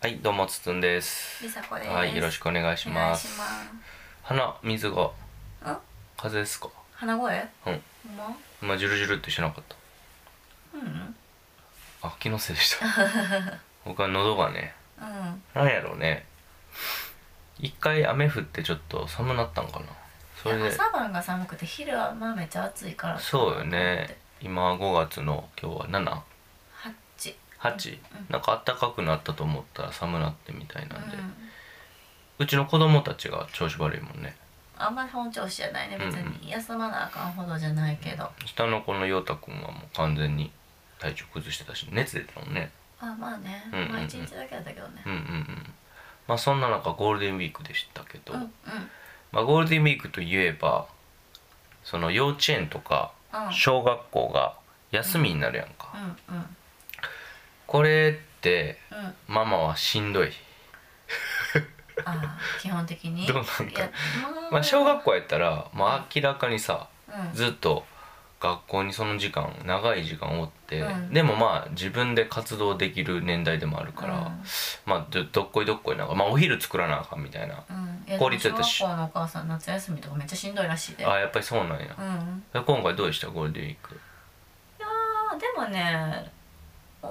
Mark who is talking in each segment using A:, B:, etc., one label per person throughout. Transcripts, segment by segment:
A: はい、どうも、つつんです。
B: りさこです。
A: はい、よろしくお願いし
B: お願
A: ま
B: い
A: す
B: し。ます。
A: 鼻、水が、
B: ん
A: 風邪ですか
B: 鼻声
A: うん。
B: ほんま
A: まあ、ジュルジュルってしなかった。
B: うん
A: あ、気のせいで した。僕は喉がね、
B: うん。
A: なんやろうね。一回雨降ってちょっと寒なったんかな。それで、
B: 朝晩が寒くて昼はまあめっちゃ暑いから。
A: そうよね。今5月の今日は7、
B: ハッチ。
A: 8
B: うん、
A: なんか暖かくなったと思ったら寒なってみたいなんで
B: う。ん。
A: うちの子供たちが調子悪いもんね。
B: あんまり本調子じゃないね別
A: うん
B: に休まなあかんほどじゃないけど。
A: 下の子の陽太くんはもう完全に体調崩してたし、熱出てたもんね。
B: あまあね。
A: うんうんうん
B: まあ一日だけだったけどね
A: う。んうんうんまあそんな中ゴールデンウィークでしたけど、
B: うんうん
A: まあ、ゴールデンウィークといえばその幼稚園とか
B: うん
A: 小学校が休みになるやんか、
B: うんうん
A: これって
B: うん。
A: ママはしんどい
B: あー基本的に。
A: どうなんか
B: いや
A: まあ小学校やったら、まあ、明らかにさ
B: うん
A: ずっと学校にその時間長い時間おって、
B: うん
A: でもまあ自分で活動できる年代でもあるから、
B: うん
A: まあどどっこいどっこいなんか、まあ、お昼作らなあかんみたいな、
B: うんいや
A: 公立
B: 小
A: やった
B: 学
A: らし
B: 校のお母さん夏休みとかめっちゃしんどいらしいで。
A: あやっぱりそうなんや
B: う、ん。
A: 今回どうでしたゴールデンウィーク
B: いやーでもねうん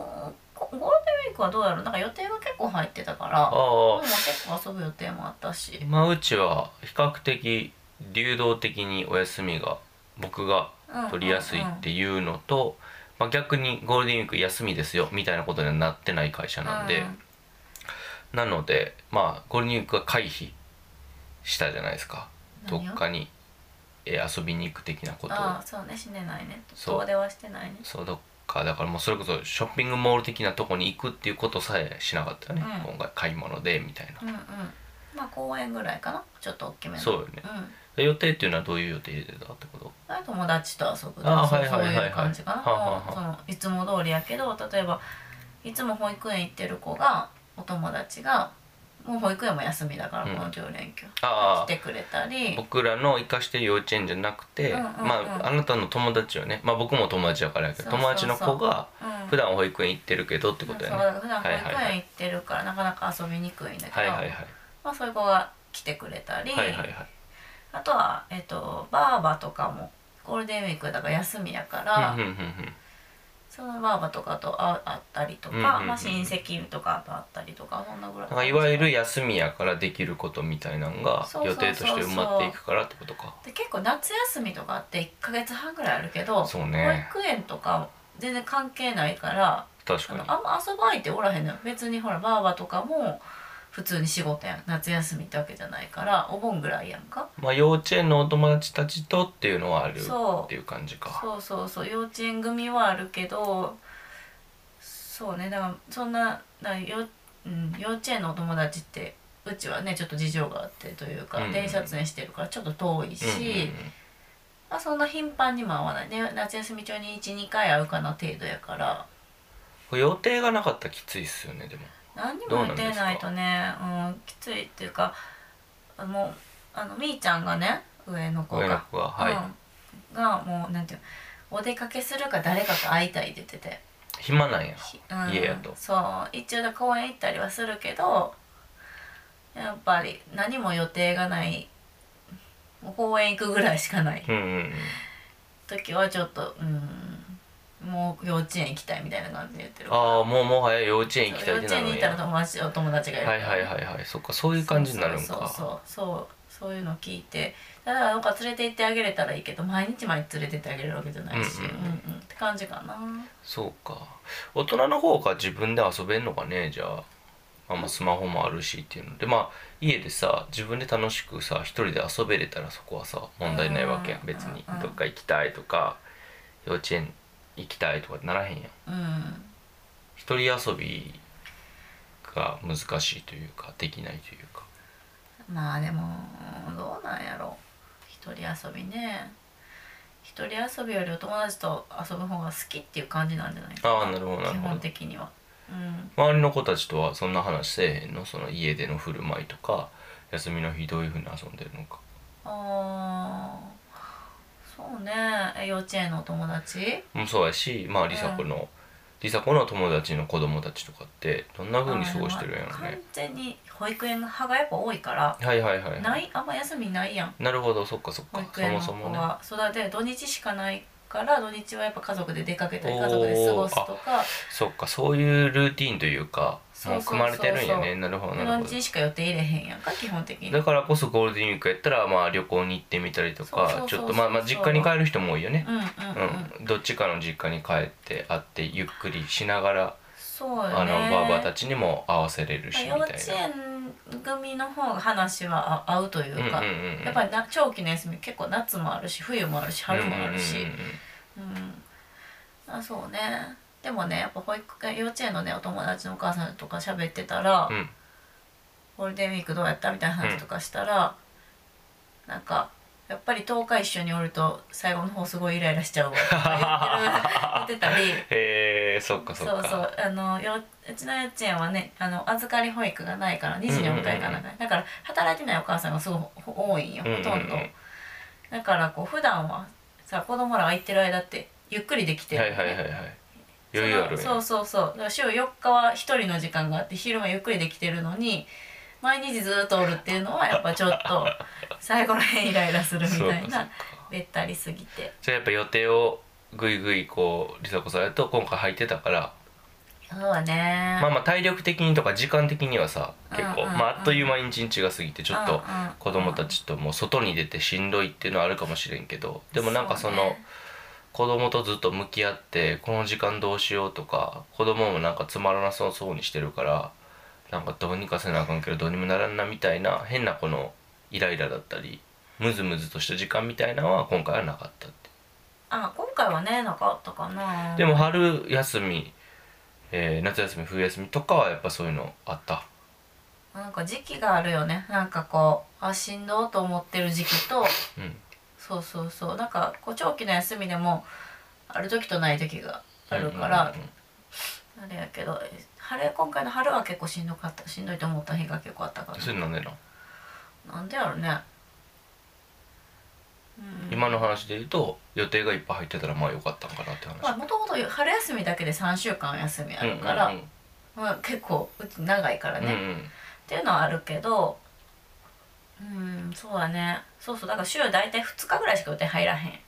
B: ゴゴールデンウィークはどうやろうなんか予定が結構入ってたから
A: あ
B: も
A: あ
B: う結構遊ぶ予定もあったし
A: 今うちは比較的流動的にお休みが僕が取りやすいっていうのと、まあ、逆にゴールデンウィーク休みですよみたいなことにはなってない会社なんで、なのでまあゴールデンウィークは回避したじゃないですかど
B: 何を
A: っかにえー遊びに行く的なことを
B: ああそうね死ねないね
A: そう
B: 遠出はしてないね
A: そうどっかだからもうそれこそショッピングモール的なとこに行くっていうことさえしなかったよね、
B: うん
A: 今回買い物でみたいな
B: う、んうんまあ公園ぐらいかなちょっと大きめの
A: そう
B: う
A: よね
B: ん
A: で予定っていうのはどういう予定でたってこと
B: あと友達と遊ぶと
A: あ
B: かそう
A: はいはいはいはい
B: そういう感じかな
A: はあはあはあ
B: もうそのいつも通りやけど例えばいつも保育園行ってる子がお友達がもう保育園も休みだから、
A: うん
B: この10連休
A: ああ
B: 来てくれたり
A: 僕らの生かしてる幼稚園じゃなくて、
B: うんうんうん
A: まああなたの友達よね、まあ、僕も友達だからやけど
B: そうそうそう
A: 友達の子が
B: うん
A: 普段保育園行ってるけどってことやね、
B: そう普段保
A: はい
B: 育
A: はいはい
B: 園行ってるからなかなか遊びにくいんだけど、
A: はいはいはい
B: まあ、そういう子が来てくれたり、
A: はいはいはい
B: あとは、えっとバーバとかもゴールデンウィークだから休みやから、
A: うんうんうん
B: そのバーバとかと会会ったりとか、
A: うんうんうん
B: まあ、親戚とかと会ったりとかそんなぐらい
A: なんかいわゆる休みやからできることみたいなのが
B: そうそ
A: 予
B: うそうそう
A: 定として埋まっていくからってことか
B: で結構夏休みとかあって1ヶ月半ぐらいあるけど、
A: そうね
B: 保育園とか全然関係ないから
A: 確
B: あ
A: かに
B: のあんま遊ぶ相手おらへんのよ別にほらバーバとかも普通に仕事やん夏休みってわけじゃないからお盆ぐらいやんか
A: まあ幼稚園のお友達たちとっていうのはあるっ
B: そ
A: ていう感じ
B: う
A: か
B: そうそうそう幼稚園組はあるけどそうねだからそんなだからよ、うん、幼稚園のお友達ってうちはねちょっと事情があってというか、
A: うん
B: 電車通園してるからちょっと遠い
A: う
B: し、
A: んうんうん
B: まあ、そんな頻繁にも会わないね夏休み中に12回会うかな程度やから
A: これ予定がなかったらきついっすよねでも
B: 何に
A: どう
B: も
A: なん
B: 予
A: ですか
B: 定ないとねうんきついっていうかもうあのみーちゃんがね上の子
A: 上の
B: が。
A: 子がはい、
B: うん、がもうなんていうのお出かけするか誰かと会いたいって言ってて、
A: 暇なんや
B: ひうん
A: 家やと
B: そう一応公園行ったりはするけどやっぱり何も予定がないもう公園行くぐらいしかない
A: うんうんうん
B: 時はちょっとうんもう幼稚園行きたいみたいな感じで言ってる
A: ああもうもはや幼稚園行き
B: そう
A: たいっ
B: 幼稚
A: てな
B: 園
A: るん
B: に行ったら
A: や
B: 友達お友達がいるか
A: は
B: ら
A: いはいはいはいそっかそういう感じになるん
B: そうそう
A: か
B: そうそうそういうの聞いてだからなんか連れて行ってあげれたらいいけど毎日毎日連れて行ってあげれるわけじゃないし、
A: う
B: うんん
A: う
B: うんん
A: う
B: って感じかな
A: そうか大人の方が自分で遊べんのかねじゃあまあまあスマホもあるしっていうのでまあ家でさ自分で楽しくさ一人で遊べれたらそこはさ問題ないわけやん
B: うん
A: 別に
B: うん
A: どっか行きたいとか幼稚園行きたいとかならへんやん
B: うん
A: 一人遊びが難しいというかできないというか
B: まあでもどうなんやろ一人遊びね一人遊びよりお友達と遊ぶ方が好きっていう感じなんじゃないか
A: あーなるほどなるほど
B: 基本的にはうん
A: 周りの子たちとはそんな話せえへんのその家での振る舞いとか休みの日どういうふうに遊んでるのか
B: あーそうねえ幼稚園のお友達
A: もそうやしまあ梨紗子の、梨紗子の友達の子供たちとかってどんな風に過ごしてるんやろ
B: あでも
A: ね
B: 完全に保育園の派がやっぱ多いから
A: はいはいはい
B: な
A: ない
B: あんま休みないやん
A: るほどそっかそっ
B: 保
A: か
B: 育
A: そ
B: 園
A: も
B: の
A: そ
B: 子
A: もね
B: はそうだで土日しかないから土日はやっぱ家族で出かけたり家族で過ごすとか
A: そっかそういうルーティンというか
B: そう
A: も
B: そううそうそう
A: 組まれてるんやねなるほどな
B: 土
A: るほど
B: 日しか予定入れへんやんか基本的に
A: だからこそゴールデンウィークやったらまあ旅行に行ってみたりと
B: そう
A: か
B: そう
A: ち
B: そう
A: ょっ
B: そう
A: とまあまあ実家に帰る人も多いよね
B: うんうんうん、
A: うんどっちかの実家に帰って会ってゆっくりしながら
B: そうよ
A: あ
B: ね
A: のばあばたちにも会わせれるしみ
B: 幼
A: たいな
B: 稚園組の方が話は合合うというか、
A: うんうんうんうん
B: やっぱりな長期の休み結構夏もあるし冬もあるし春もあるし、
A: うんうんうん
B: うんあそうねでもねやっぱ保育園幼稚園のねお友達のお母さんとか喋ってたら、
A: うんうん
B: ゴールデンウィークどうやったみたいな話とかしたら、なんかやっぱり10日一緒におると最後の方すごいイライラしちゃうわとか言 ってる言ってたり
A: へえそっかそ
B: そ
A: っか
B: うそうあのようちの幼稚園はねあの預かり保育がないから2時にお迎えがな
A: うんうん
B: い、だから働いてないお母さんがすごい多いんよほ
A: うん
B: と
A: うんん
B: ど、だからこう普段はさ子供らが行ってる間ってゆっくりできてる
A: は
B: よ
A: い
B: ね、
A: はいはいはい余裕あるんや
B: そのそうそうそうだから週4日は1人の時間があって昼間ゆっくりできてるのに毎日ずっとおるっていうのはやっぱちょっ と最後らへんイライラするみた
A: そ
B: いう
A: かそう
B: な
A: か
B: べったりすぎて
A: じゃあやっぱ予定をぐいぐいこう梨紗子さんやと今回入ってたから
B: そうだね
A: まあまあ体力的にとか時間的にはさ結
B: うん
A: 構
B: うんうん
A: まああっという間に一日が過ぎてちょっ
B: うんう
A: と
B: ん
A: 子供たちともう外に出てしんどいっていうのはあるかもしれんけどでもなんかそ
B: そう
A: の
B: ね
A: 子供とずっと向き合ってこの時間どうしようとか子供もなんかつまらなそうそうにしてるからなんかどうにかせなあかんけどどうにもならんなみたいな変なこのイライラだったりムズムズとした時間みたいなのは今回はなかったって
B: あ今回はねなかったかな
A: でも春休み、えー夏休み冬休みとかはやっぱそういうのあった
B: なんか時期があるよねなんかこうあしんどうと思ってる時期と
A: うん
B: そうそうそうなんかこう長期の休みでもある時とない時があるから、
A: うんうんうん
B: あれやけどえ春今回の春は結構しんどかったしんどいと思った日が結構あったか
A: それ
B: ら
A: なんでなん
B: なんでやろね、うん、
A: 今の話で言うと予定がいっぱい入ってたらまあよかったんかなって話、
B: まあもともと春休みだけで3週間休みあるから、
A: うんうん
B: まあ、結構うち長いから
A: うん
B: ね、
A: う
B: っ
A: ん
B: ていうのはあるけどうんそうだねそうそうだから週大体2日ぐらいしか予定入らへん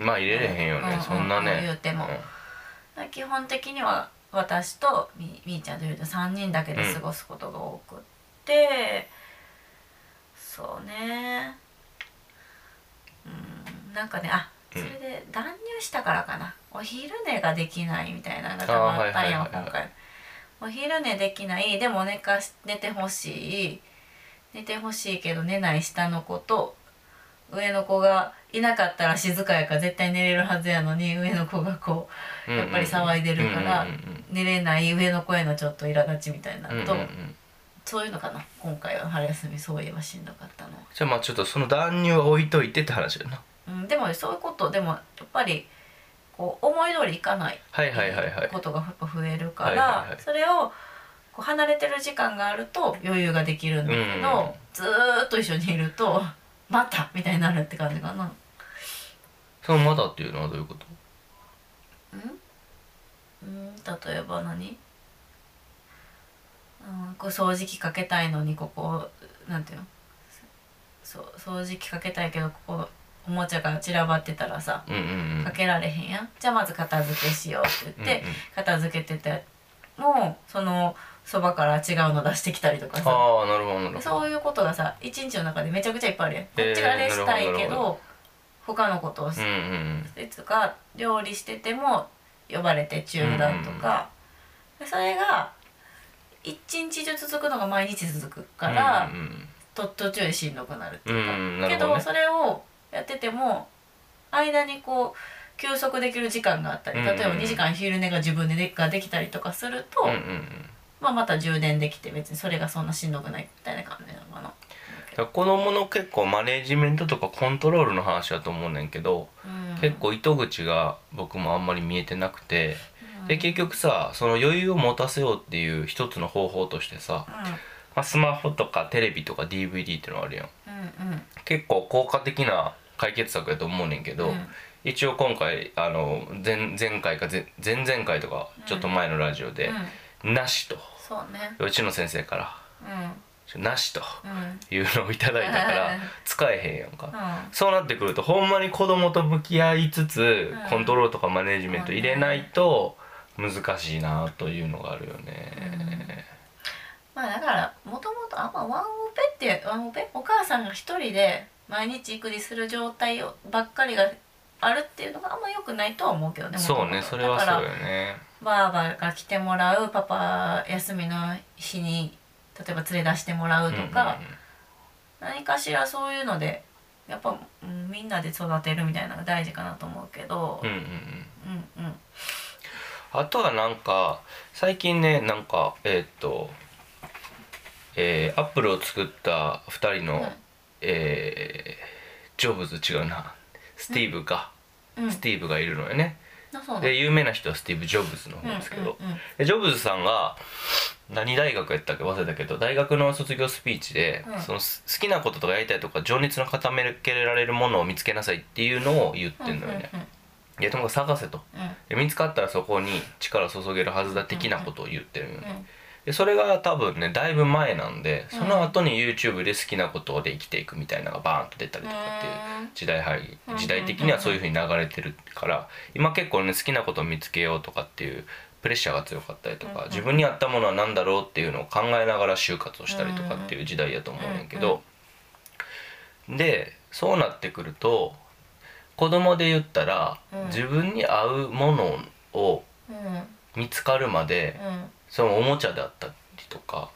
A: うん、まあ入れれへんよね、
B: うう
A: そんな
B: 言
A: ね、
B: うて
A: うん
B: も、だから基本的には私とみみーちゃんとゆうちゃん3人だけで過ごすことが多くって、そうねうんなんかねあそれで断乳したからかな、お昼寝ができないみたいなのが多分あったんや
A: あ
B: わ
A: ーはいはいはいはい
B: 今回お昼寝できないでも寝かし寝てほしい寝てほしいけど寝ない下の子と上の子がいなかったら静かやから絶対寝れるはずやのに上の子がこうやっぱり騒いでるから
A: うんうん
B: 寝れない上の子へのちょっと苛立ちみたいな
A: うんうん
B: のと、
A: うんうんうん
B: そういうのかな今回は春休みそういえばしんどかったのは
A: じゃあまあちょっとその断乳は置いといてって話だな
B: うん、でもそういうことでもやっぱりこう思い通りいかない
A: はいはいはいはい
B: ことがやっぱ増えるか
A: はいはいは
B: ら
A: い
B: それをこう離れてる時間があると余裕ができるんだけ
A: うんうんうん
B: どずーっと一緒にいると「また!」みたいになるって感じかな。
A: そのまだっていうのはどういうこと
B: うん例えば何うんこう掃除機かけたいのにここなんていうのそう掃除機かけたいけどここおもちゃが散らばってたらさ
A: うんうんうん
B: かけられへんやんじゃあまず片付けしようって言って、
A: うんうん
B: 片付けててもうそのそばから違うの出してきたりとかさ
A: ああなるほどなるほど
B: そういうことがさ一日の中でめちゃくちゃいっぱいあるやんこっちがあれしたい
A: えーな
B: け
A: るほどなるほ
B: ど他のことを
A: うんうんうん
B: いつか料理してても呼ばれて中断とか、それが一日中続くのが毎日続くから、
A: うんうん
B: と途中でしんどくなるっていう
A: う
B: か、
A: んなる
B: け
A: ほどね
B: どそれをやってても間にこう休息できる時間があったり
A: うん
B: 例
A: うん
B: えば2時間昼寝が自分ででができたりとかすると、
A: うんうんうん
B: まあ、また充電できて別にそれがそんなしんどくないみたいな感じなのかな。
A: だから子供の結構マネジメントとかコントロールの話だと思うねんけど、
B: うん
A: 結構糸口が僕もあんまり見えてなくて、
B: うん
A: で結局さその余裕を持たせようっていう一つの方法としてさ、まあ、スマホとかテレビとか DVD ってのあるやん
B: うんうんうん
A: 結構効果的な解決策やと思うねんけど、
B: うん
A: 一応今回あの前前回か前前々回とか
B: うん
A: ちょっと前のラジオで
B: う
A: 「
B: ん
A: なし」と
B: そうね
A: うちの先生から「
B: う
A: なし」と
B: んうん
A: いうのをいただいたから
B: うん
A: 使えへんやんか、
B: うん
A: そうなってくるとほんまに子供と向き合いつつ、
B: うん
A: コントロールとかマネジメント入れないと難しいなというのがあるよね。
B: まあだからもともとあんまワンオペってワンオペお母さんが一人で毎日育児する状態をばっかりがあるっていうのがあんま良くないとは思うけどね
A: そう
B: 元
A: ね
B: 々
A: それは
B: だ
A: そ
B: から
A: うよね。
B: ばあばが来てもらうパパ休みの日に例えば連れ出してもらうとか、何かしらそういうのでやっぱ、うんみんなで育てるみたいなのが大事かなと思うけど
A: うん、うんうんうん
B: うんうん
A: あとはなんか最近ねなんかえーっと、えーアップルを作った2人の、
B: うん
A: えージョブズ違うなスティーブか、
B: うん
A: スティーブがいるのよね。
B: あそうなん
A: で有名な人はスティーブ・ジョブズの方ですけど、
B: うんうん
A: でジョブズさんが何大学やったっけ忘れたけど大学の卒業スピーチで、
B: うん
A: そのす好きなこととかやりたいとか情熱の固められるものを見つけなさいっていうのを言ってんのよね。
B: うんうん
A: いやともかく探せと
B: うんうん
A: で見つかったらそこに力を注げるはずだ的なことを言ってるよね。
B: うん
A: でそれが多分ねだいぶ前なんで
B: うん
A: その後に YouTube で好きなことで生きていくみたいなのがバーンと出たりとかっていう時代背景
B: うん
A: 時代的にはそういう風に流れてるから今結構ね好きなことを見つけようとかっていうプレッシャーが強かったりと
B: うんう
A: か
B: ん
A: 自分に合ったものは何だろうっていうのを考えながら就活をしたりとかっていう時代やと思うんやけどでそうなってくると子供で言ったら
B: うん
A: 自分に合うものを
B: うんうん
A: 見つかるまで
B: うん
A: そのおもちゃだったりとか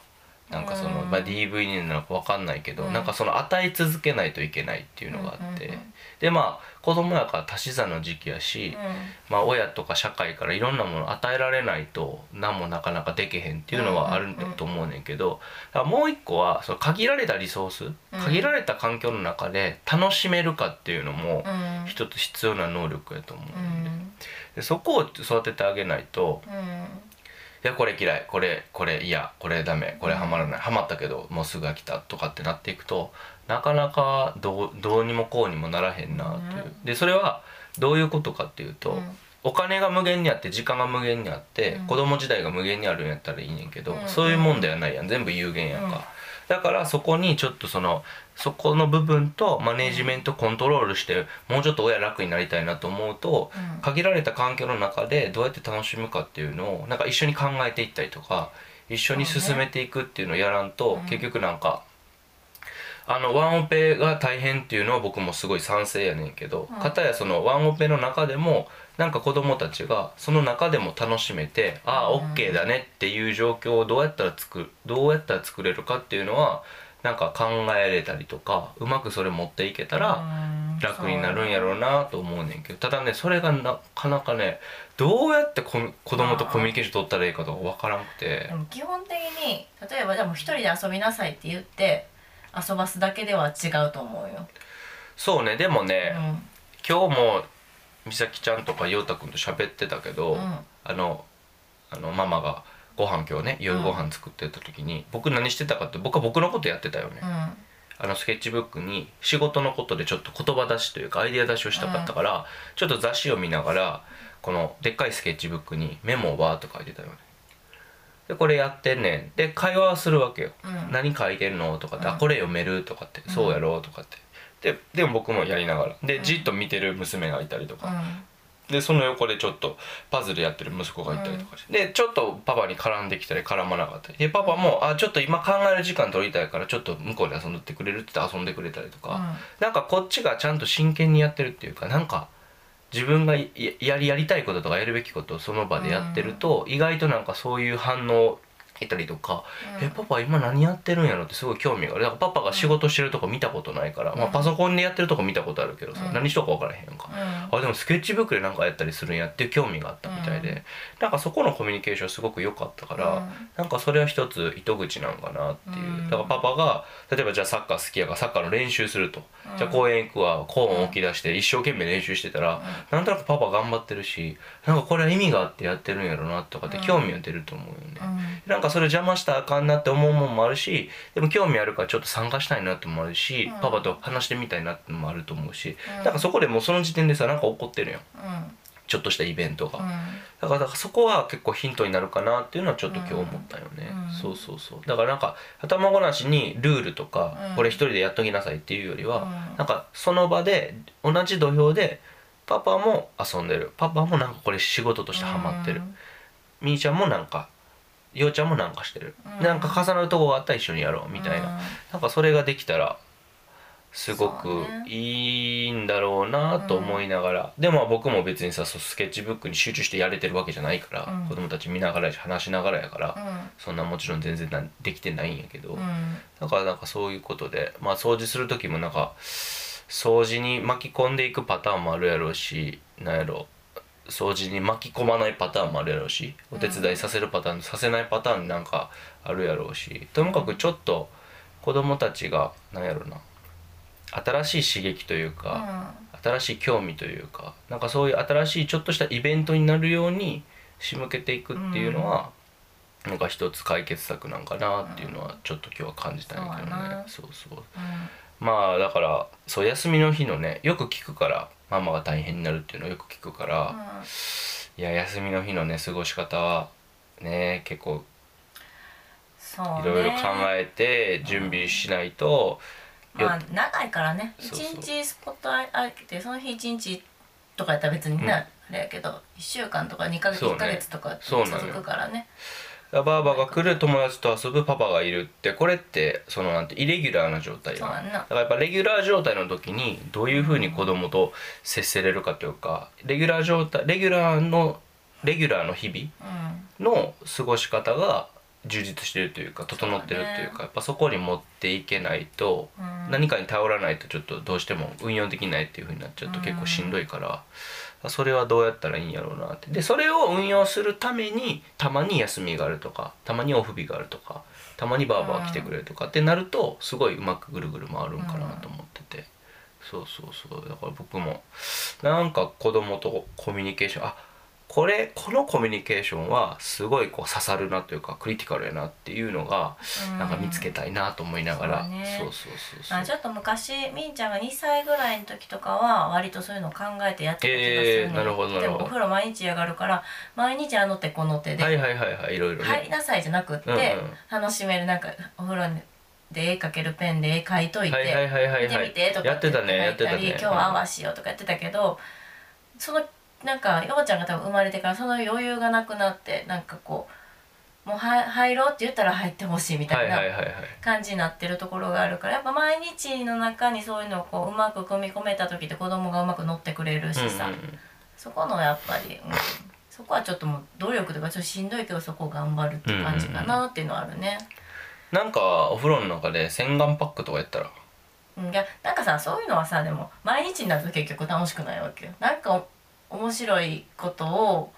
A: なんかその、
B: うん
A: まあ、DVD なのか分かんないけど、
B: うん
A: なんかその与え続けないといけないっていうのがあって、
B: うんうんうん
A: でまあ子供やから足し算の時期やし、
B: う
A: まあ、親とか社会からいろんなものを与えられないと何もなかなかできへんっていうのはあるんだと思うねんけど、だからもう一個はその限られたリソース限られた環境の中で楽しめるかっていうのも
B: んうん
A: 一つ必要な能力やと思うね
B: うん
A: で、
B: ん
A: でそこを育ててあげないと
B: うん
A: いやこれ嫌いこれこれ嫌これダメこれハマらないハマったけどもうすぐ飽きたとかってなっていくとなかなかどうどうにもこうにもならへんなっていう、
B: うん
A: でそれはどういうことかっていうと、
B: うん
A: お金が無限にあって時間が無限にあって、
B: うん
A: 子供時代が無限にあるんやったらいいねんけど、
B: うん
A: そういうもんではないやん全部有限やんか、
B: うん
A: だからそこにちょっとそのそこの部分とマネジメントコントロールしてもうちょっと親楽になりたいなと思うと、
B: うん
A: 限られた環境の中でどうやって楽しむかっていうのをなんか一緒に考えていったりとか一緒に進めていくっていうのをやらんと、
B: うん
A: 結局なんか。あのワンオペが大変っていうのは僕もすごい賛成やねんけど、
B: うん
A: かたやそのワンオペの中でもなんか子供たちがその中でも楽しめて、ああ
B: うん
A: OK だねっていう状況をどうやったら作るどうやったら作れるかっていうのはなんか考えれたりとかうまくそれ持っていけたら楽になるんやろうなと思うねんけどただねそれがなかなかねどうやってコミ子供とコミュニケーション取ったらいいかとか分からんくて
B: で。も基本的に例えばでも一人で遊びなさいって言って遊ばすだけでは違うと思うよ、
A: そうねでもね、
B: うん
A: 今日も美咲ちゃんとか陽太くんと喋ってたけど、
B: うん
A: あのあのママがご飯今日ね夜ご飯作ってた時に、僕何してたかって僕は僕のことやってたよね、
B: うん
A: あのスケッチブックに仕事のことでちょっと言葉出しというかアイデア出しをしたかったから、ちょっと雑誌を見ながらこのでっかいスケッチブックにメモをわーっと書いてたよねでこれやってんねんで会話はするわけよ、
B: うん
A: 何書いてんのとかって、
B: う
A: あ
B: ん
A: これ読めるとかって、
B: うん
A: そうやろとかってででも僕もやりながらで、
B: うん
A: じっと見てる娘がいたりとか
B: う、
A: でその横でちょっとパズルやってる息子がいたりとかして、でちょっとパパに絡んできたり絡まなかったりでパパも、あちょっと今考える時間取りたいからちょっと向こうで遊んでってくれるって言って遊んでくれたりとか、なんかこっちがちゃんと真剣にやってるっていうかなんか自分がいやりやりたいこととかやるべきことをその場でやってると、意外となんかそういう反応を得たりとか、
B: ん
A: えパパ今何やってるんやろってすごい興味があるだからパパが仕事してるとこ見たことないから、まあ、
B: うん
A: パソコンでやってるとこ見たことあるけどさ、
B: うん
A: 何しとか分からへんやんか、
B: うん
A: あでもスケッチブックでなんかやったりするんやっていう興味があったみたいで、
B: うん
A: なんかそこのコミュニケーションすごく良かったから、
B: うん
A: なんかそれは一つ糸口なんかなっていう、
B: うん
A: だからパパが例えばじゃあサッカー好きやからサッカーの練習すると、
B: うん
A: じゃあ公園行くわコーン置き出して一生懸命練習してたら、なんとなくパパ頑張ってるしなんかこれは意味があってやってるんやろなとかって興味が出ると思うよね、
B: うん
A: なんかかそれ邪魔したらあかんなって思うもんもあるしでも興味あるからちょっと参加したいなってもあるし、
B: うん
A: パパと話してみたいなってのもあると思うし、
B: う
A: だ
B: ん
A: からそこでもうその時点でさなんか起こってるやん
B: うん
A: ちょっとしたイベントが、
B: うん
A: だからだからそこは結構ヒントになるかなっていうのはちょっと今日思ったよね、
B: うん
A: そうそうそうだからなんか頭ごなしにルールとか、
B: うん
A: これ一人でやっときなさいっていうよりは、
B: うん
A: なんかその場で同じ土俵でパパも遊んでるパパもなんかこれ仕事としてハマってる、みーちゃんもなんかようちゃんもなんかしてる、
B: うん
A: なんか重なるとこがあったら一緒にやろう
B: うん
A: みたいな、
B: うん
A: なんかそれができたらすご
B: そう
A: く
B: ね
A: いいんだろうなと思いながら、でも僕も別にさそうスケッチブックに集中してやれてるわけじゃないから、
B: うん
A: 子供たち見ながらやし話しながらやから、
B: う
A: そんなもちろん全然なんできてないんやけど、
B: んうん
A: だからなんかそういうことでまあ掃除する時もなんか掃除に巻き込んでいくパターンもあるやろうしなんやろ掃除に巻き込まないパターンもあるやろうしお手伝いさせるパターン、させないパターンなんかあるやろうしともかくちょっと子供たちがなんやろな新しい刺激という
B: う
A: か、
B: ん
A: 新しい興味というかなんかそういう新しいちょっとしたイベントになるように仕向けていくっていうのは、なんか一つ解決策なんかなっていうのはちょっと今日は感じたんやけどね
B: そうやな
A: そうそう
B: うん
A: まあだからそう休みの日のねよく聞くからママが大変になるっていうのをよく聞くから、いや休みの日のね過ごし方はね結構
B: そう
A: いろいろ考
B: え
A: えて準備しないと、
B: まあ長いからね一
A: そうそう
B: 日スポットあけてその日一日とかやったら別にね、
A: うん
B: あれやけど一週間とか二ヶ月
A: そうね
B: 一ヶ月とか
A: そう
B: 続
A: なのよ
B: くからね
A: バーバーが来る友達と遊ぶパパがいるってこれってそのなんてイレギュラーな状態やん
B: そうやんな
A: だからやっぱレギュラー状態の時にどういうふうに子供と接せれるかというかレギュラー状態レギュラーのレギュラーの日
B: うん
A: 々の過ごし方が充実してるというか整ってるという
B: そうだ
A: かやっぱそこに持っていけないと
B: うん
A: 何かに頼らないとちょっとどうしても運用できないっていう風になっちゃうと
B: うん
A: 結構しんどいからそれはどうやったらいいんやろうなってでそれを運用するためにたまに休みがあるとかたまにオフ日があるとかたまにバーバー来てくれるとかってなるとすごいうまくぐるぐる回るんかなと思っててそうそうそうだから僕もなんか子供とコミュニケーションあこれこのコミュニケーションはすごいこう刺さるなというかクリティカルやなっていうのがなんか見つけたいなと思いながら、
B: そうね
A: そうそうそうそう
B: あちょっと昔みーちゃんが2歳ぐらいの時とかは割とそういうのを考えてやってた気がする
A: えーなるほどな
B: で
A: るほど
B: もお風呂毎日上がるから毎日あの手この手で、
A: はいはいはいはいいろいろね、
B: 入りなさいじゃなくって、
A: うんうん
B: 楽しめるなんかお風呂で絵描けるペンで絵描いといて、
A: はいはいはいはい
B: 見て
A: は
B: み
A: い
B: てとか
A: やってたねやってた
B: り
A: ね
B: 今日はあわしようとかやってたけど、そのなんかようちゃんが多分生まれてからその余裕がなくなってなんかこうもうは入ろうって言ったら入ってほしいみた
A: はいいはい
B: な
A: はいはい
B: 感じになってるところがあるからやっぱ毎日の中にそういうのをこううまく組み込めた時って子供がうまく乗ってくれるしさ、
A: うんうんうん
B: そこのやっぱり、うん、そこはちょっともう努力とかちょっとしんどいけどそこを頑張るって感じかなっていうのはあるね。
A: なんかお風呂の中で洗顔パックとかやったら
B: うんいやなんかさそういうのはさでも毎日になると結局楽しくないわけよなんかお面白いことを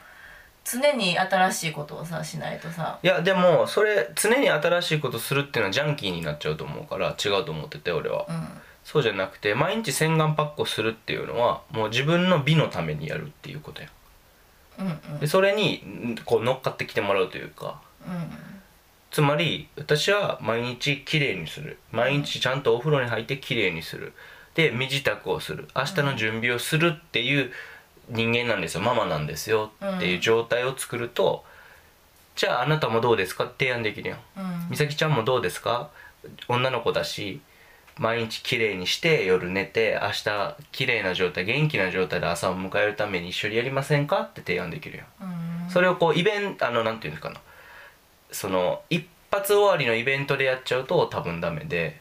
B: 常に新しいことをさしないとさ
A: いやでもそれ常に新しいことするっていうのはジャンキーになっちゃうと思うから違うと思ってて俺は、
B: うん
A: そうじゃなくて毎日洗顔パックをするっていうのはもう自分の美のためにやるっていうことや
B: うんうん
A: でそれにんこう乗っかってきてもらうというか
B: う
A: つまり私は毎日綺麗にする毎日ちゃんとお風呂に入って綺麗にするで身支度をする明日の準備をするっていう人間なんですよママなんですよっていう状態を作ると、じゃああなたもどうですかって提案できるやん
B: んうん
A: 美咲ちゃんもどうですか女の子だし毎日綺麗にして夜寝て明日綺麗な状態元気な状態で朝を迎えるために一緒にやりませんかって提案できるやん
B: うん
A: それをこうイベントあのなんていうのかなその一発終わりのイベントでやっちゃうと多分ダメで、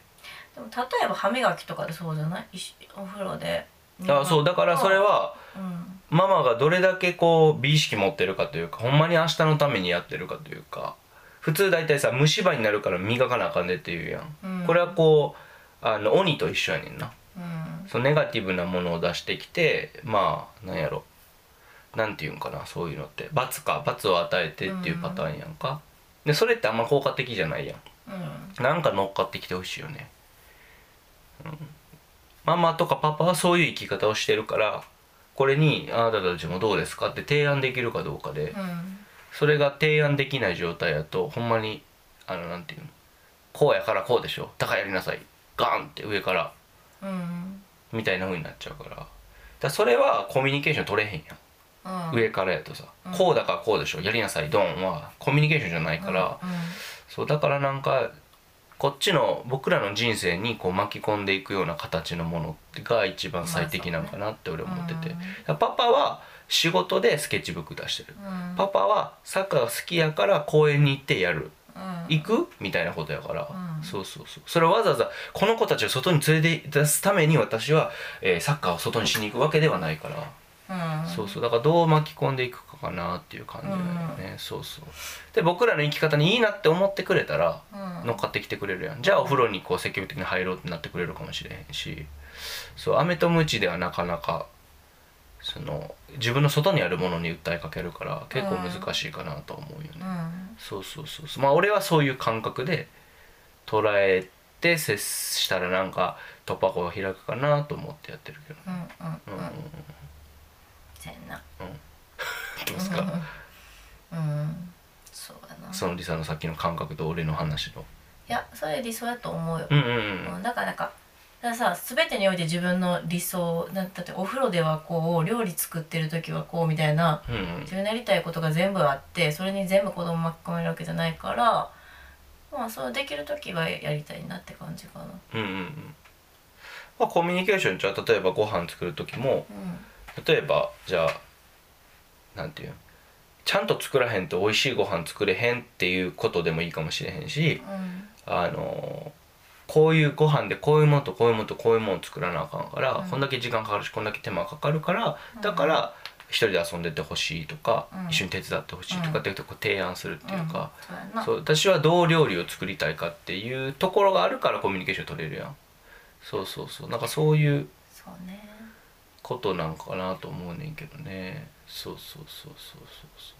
B: でも例えば歯磨きとかでそうじゃない一緒お風呂で
A: あそうだからそれ、は
B: うん
A: ママがどれだけこう美意識持ってるかというかほんまに明日のためにやってるかというか普通大体さ虫歯になるから磨かなあかんでっていうやん、
B: うん
A: これはこうあの鬼と一緒やねんな
B: うん、
A: そのネガティブなものを出してきてまあなんやろなんていうんかなそういうのって罰か罰を与えてっていうパターンやんか、でそれってあんま効果的じゃないやん
B: うん
A: なんか乗っかってきてほしいよね、うんママとかパパはそういう生き方をしてるからこれにあなたたちもどうですかって提案できるかどうかで
B: うん
A: それが提案できない状態やとほんまにあのなんていうのこうやからこうでしょだからやりなさいガンって上から
B: うん
A: みたいな風になっちゃうからだからそれはコミュニケーション取れへんやん
B: うん
A: 上からやとさ、
B: うん
A: こうだからこうでしょやりなさいドンはコミュニケーションじゃないから、
B: うんうん
A: そうだからなんかこっちの僕らの人生にこう巻き込んでいくような形のものが一番最適なんかなって俺は思ってて、だからパパは仕事でスケッチブック出してる、
B: うん
A: パパはサッカーが好きやから公園に行ってやる、
B: うん
A: 行くみたいなことやから、
B: うん
A: そうそうそうそれをわざわざこの子たちを外に連れて出すために私は、えーサッカーを外にしに行くわけではないから。
B: うん
A: そうそうだからどう巻き込んでいくかかなっていう感じだよね、そうそうで僕らの生き方にいいなって思ってくれたら
B: うん
A: 乗っかってきてくれるやんじゃあお風呂にこう積極的に入ろうってなってくれるかもしれへんしそう飴とムチではなかなかその自分の外にあるものに訴えかけるから結構難しいかなと思うよね、
B: うん
A: そうそうそうそうまあ俺はそういう感覚で捉えて接したらなんか突破口が開くかなと思ってやってるけど、
B: うん
A: う
B: うんん
A: うん
B: う
A: うんん、
B: せやな
A: どうですか、
B: うんそうやな
A: そのリサのさっきの感覚と俺の話の。
B: いやそれ理想やと思うよ
A: うんうんう。
B: うんんだからなんかだからさ全てにおいて自分の理想だだってお風呂ではこう料理作ってる時はこうみたいな
A: うんうん
B: 自分のやりたいことが全部あってそれに全部子供巻き込めるわけじゃないからまあそうできる時はやりたいなって感じかな。
A: うんうん。まあコミュニケーションじゃあ例えばご飯作る時も
B: う
A: 例えばじゃあなんていうのちゃんと作らへんと美味しいご飯作れへんっていうことでもいいかもしれへんし
B: んうん
A: あのこういうご飯でこういうものとこういうものとこういうものを作らなあかんから、
B: うん
A: こんだけ時間かかるしこんだけ手間かかるから
B: うん
A: だから一人で遊んでてほしいとか、
B: うん
A: 一緒に手伝ってほしいとかっていうとこ提案するっていうか、
B: そうやな
A: そう私はどう料理を作りたいかっていうところがあるからコミュニケーション取れるやんそうそうそうなんかそういう
B: そうね
A: ことなんかなと思うねんけどねそうそうそうそうそうそう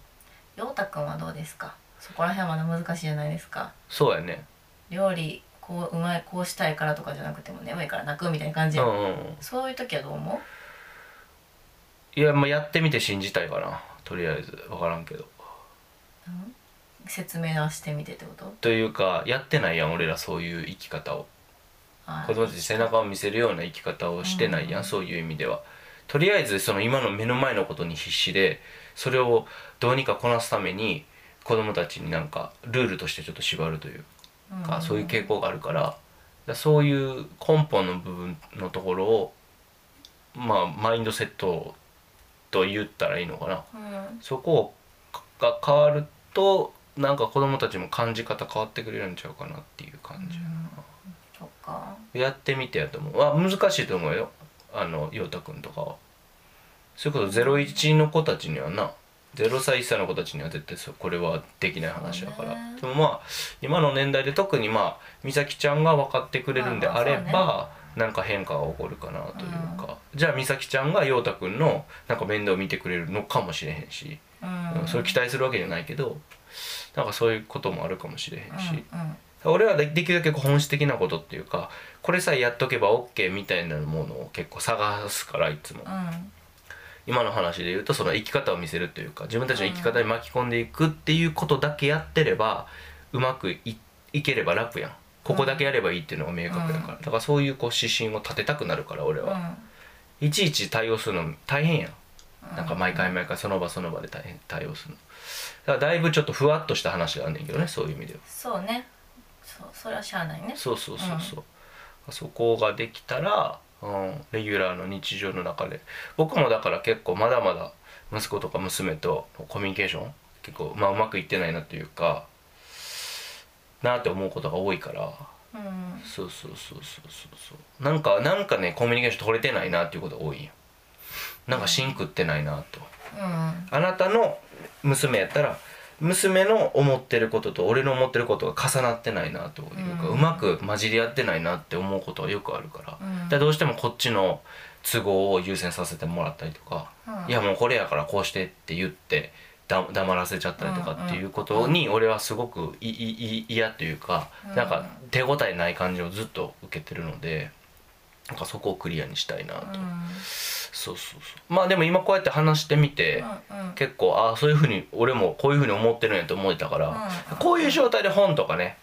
B: 陽太くんはどうですかそこら辺はまだ難しいじゃないですか
A: そうやね
B: 料理こううまいこうしたいからとかじゃなくても眠いから泣くみたいな感じ
A: う
B: やん、
A: んうんうん
B: そういう時はどう思
A: いやまあやってみて信じたいかなとりあえず分からんけど
B: う、うん、説明をしてみてってこと
A: というかやってないやん俺らそういう生き方を
B: あ
A: 子供たちに背中を見せるような生き方をしてないやん、
B: うん
A: そういう意味ではとりあえずその今の目の前のことに必死でそれをどうにかこなすために子供たちになんかルールとしてちょっと縛るというか、そういう傾向があるからだからそういう根本の部分のところをまあマインドセットと言ったらいいのかな
B: うん、うん
A: そこが変わるとなんか子供たちも感じ方変わってくれるんちゃうかなっていう感じ。
B: そっか
A: やってみてやと思うあ難しいと思うよあの陽太くんとかはそれこそ01の子たちにはな0歳1歳の子たちには絶対そうこれはできない話だから、
B: そうね
A: でもまあ今の年代で特にまあ美咲ちゃんが分かってくれるんであれば、
B: まあ
A: なんか変化が起こるかなというか、じゃあ美咲ちゃんが陽太くんのなんか面倒を見てくれるのかもしれへんし、
B: うん、
A: それ期待するわけじゃないけどなんかそういうこともあるかもしれへんし、
B: うんうん
A: 俺はでできるだけこう本質的なことっていうかこれさえやっとけば OK みたいなものを結構探すからいつも
B: うん
A: 今の話で言うとその生き方を見せるというか自分たちの生き方に巻き込んでいくっていうことだけやってればうまくいいければ楽やんここだけやればいいっていうのが明確だから、だからそういうこう指針を立てたくなるから俺
B: うん
A: は、いちいち対応するの大変やん
B: う
A: なんか毎回毎回その場その場で大変対応するのだからだいぶちょっとふわっとした話があんねんけどねそういう意味では。
B: そうねそうそれはしゃあないね
A: そうそうそうそう、そこができたら、うん、レギュラーの日常の中で僕もだから結構まだまだ息子とか娘とのコミュニケーション結構、まあ、うまくいってないなというかなって思うことが多いから
B: うん
A: そうそうそうそうそうそうなんかなんかねコミュニケーション取れてないなっていうことが多いんよなんかシンクってないなと
B: うん
A: あなたの娘やったら娘の思ってることと俺の思ってることが重なってないなというか、う
B: うん
A: まく混じり合ってないなって思うことはよくあるから,、
B: うん
A: どうしてもこっちの都合を優先させてもらったりとか、
B: うん
A: いやもうこれやからこうしてって言ってだ黙らせちゃったりとかっていうことに俺はすごくいいい嫌というか、
B: うん
A: なんか手応えない感じをずっと受けてるのでなんかそこをクリアにしたいなと、
B: うん
A: そうそうそうまあでも今こうやって話してみて、
B: うんうん
A: 結構ああそういうふうに俺もこういうふうに思ってるんやと思えたから、
B: うん
A: こういう状態で本とかね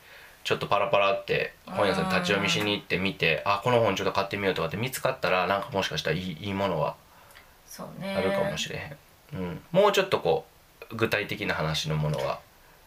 A: ちょっとパラパラって本屋さん立ち読みしに行って見てあこの本ちょっと買ってみようとかって見つかったらなんかもしかしたらいいいいものは
B: そうね
A: あるかもしれへん、うん、もうちょっとこう具体的な話のものは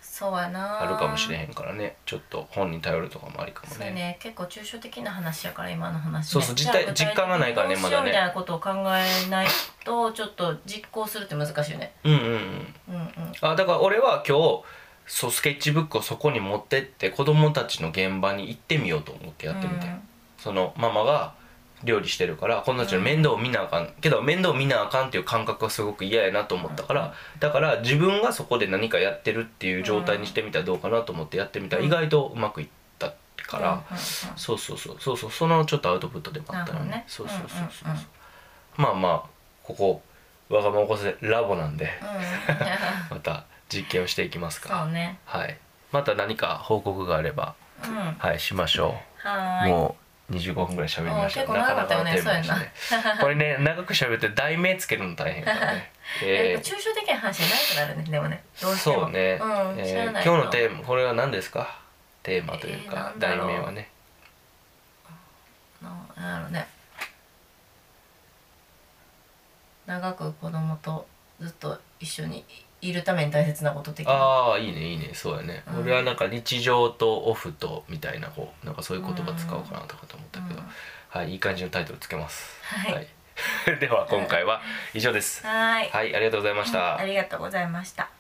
B: そうやな
A: あるかもしれへんからねちょっと本に頼るとかもありかも
B: そう
A: ね
B: ね結構抽象的な話やから今の話、ね、
A: そうそう
B: じゃあ
A: 実体実感がないからね
B: 具体的にど
A: ま
B: うし
A: だ
B: よう
A: ね
B: みたいなことを考えないとちょっと実行するって難しいよね
A: うんうんうん
B: うんうん
A: あだから俺は今日そうスケッチブックをそこに持ってって子供たちの現場に行ってみようと思ってやってみて、
B: うん
A: そのママが料理してるから子供たちの面倒を見なあかん、けど面倒を見なあかんっていう感覚がすごく嫌やなと思ったから、だから自分がそこで何かやってるっていう状態にしてみたらどうかなと思ってやってみたら
B: うん
A: 意外とうまくいったか
B: うん
A: ら、 そうそうそうそうそうそのちょっとアウトプットでもあったよ
B: な
A: ね
B: る
A: そ
B: ほ
A: う
B: どね
A: そうそうそう、
B: うんうんうん
A: まあまあここわがままこせラボなんで
B: うんうんうん
A: また実験をしていきますか
B: そうね
A: はい、また何か報告があれば、
B: うんは
A: はい、しましょう。
B: ーい
A: もう25分ぐらい喋りました。
B: うん結構長かったよね
A: なのでしたねこれね、長く喋って題名つけるの大変からね。
B: え
A: え
B: 抽象的な話じゃないからねでもねどう
A: ー、
B: しても
A: そうね、
B: うん知
A: え
B: ら
A: ー
B: ない
A: 今日のテーマ、これは何ですか。テーマというか、
B: えーなんだ
A: 題
B: ろう
A: 名はね。
B: ななんやろね長く子供とずっと一緒にいるために大切なこと的な
A: ああ、いいね、いいね、そうやね。
B: うん
A: 俺はなんか日常とオフとみたいな、こう、なんかそういう言葉使おうかなとかと思ったけど。
B: うん
A: はい、いい感じのタイトルつけます。
B: はい
A: はい、では、今回は以上です。
B: はーい
A: はい、ありがとうございました。
B: ありがとうございました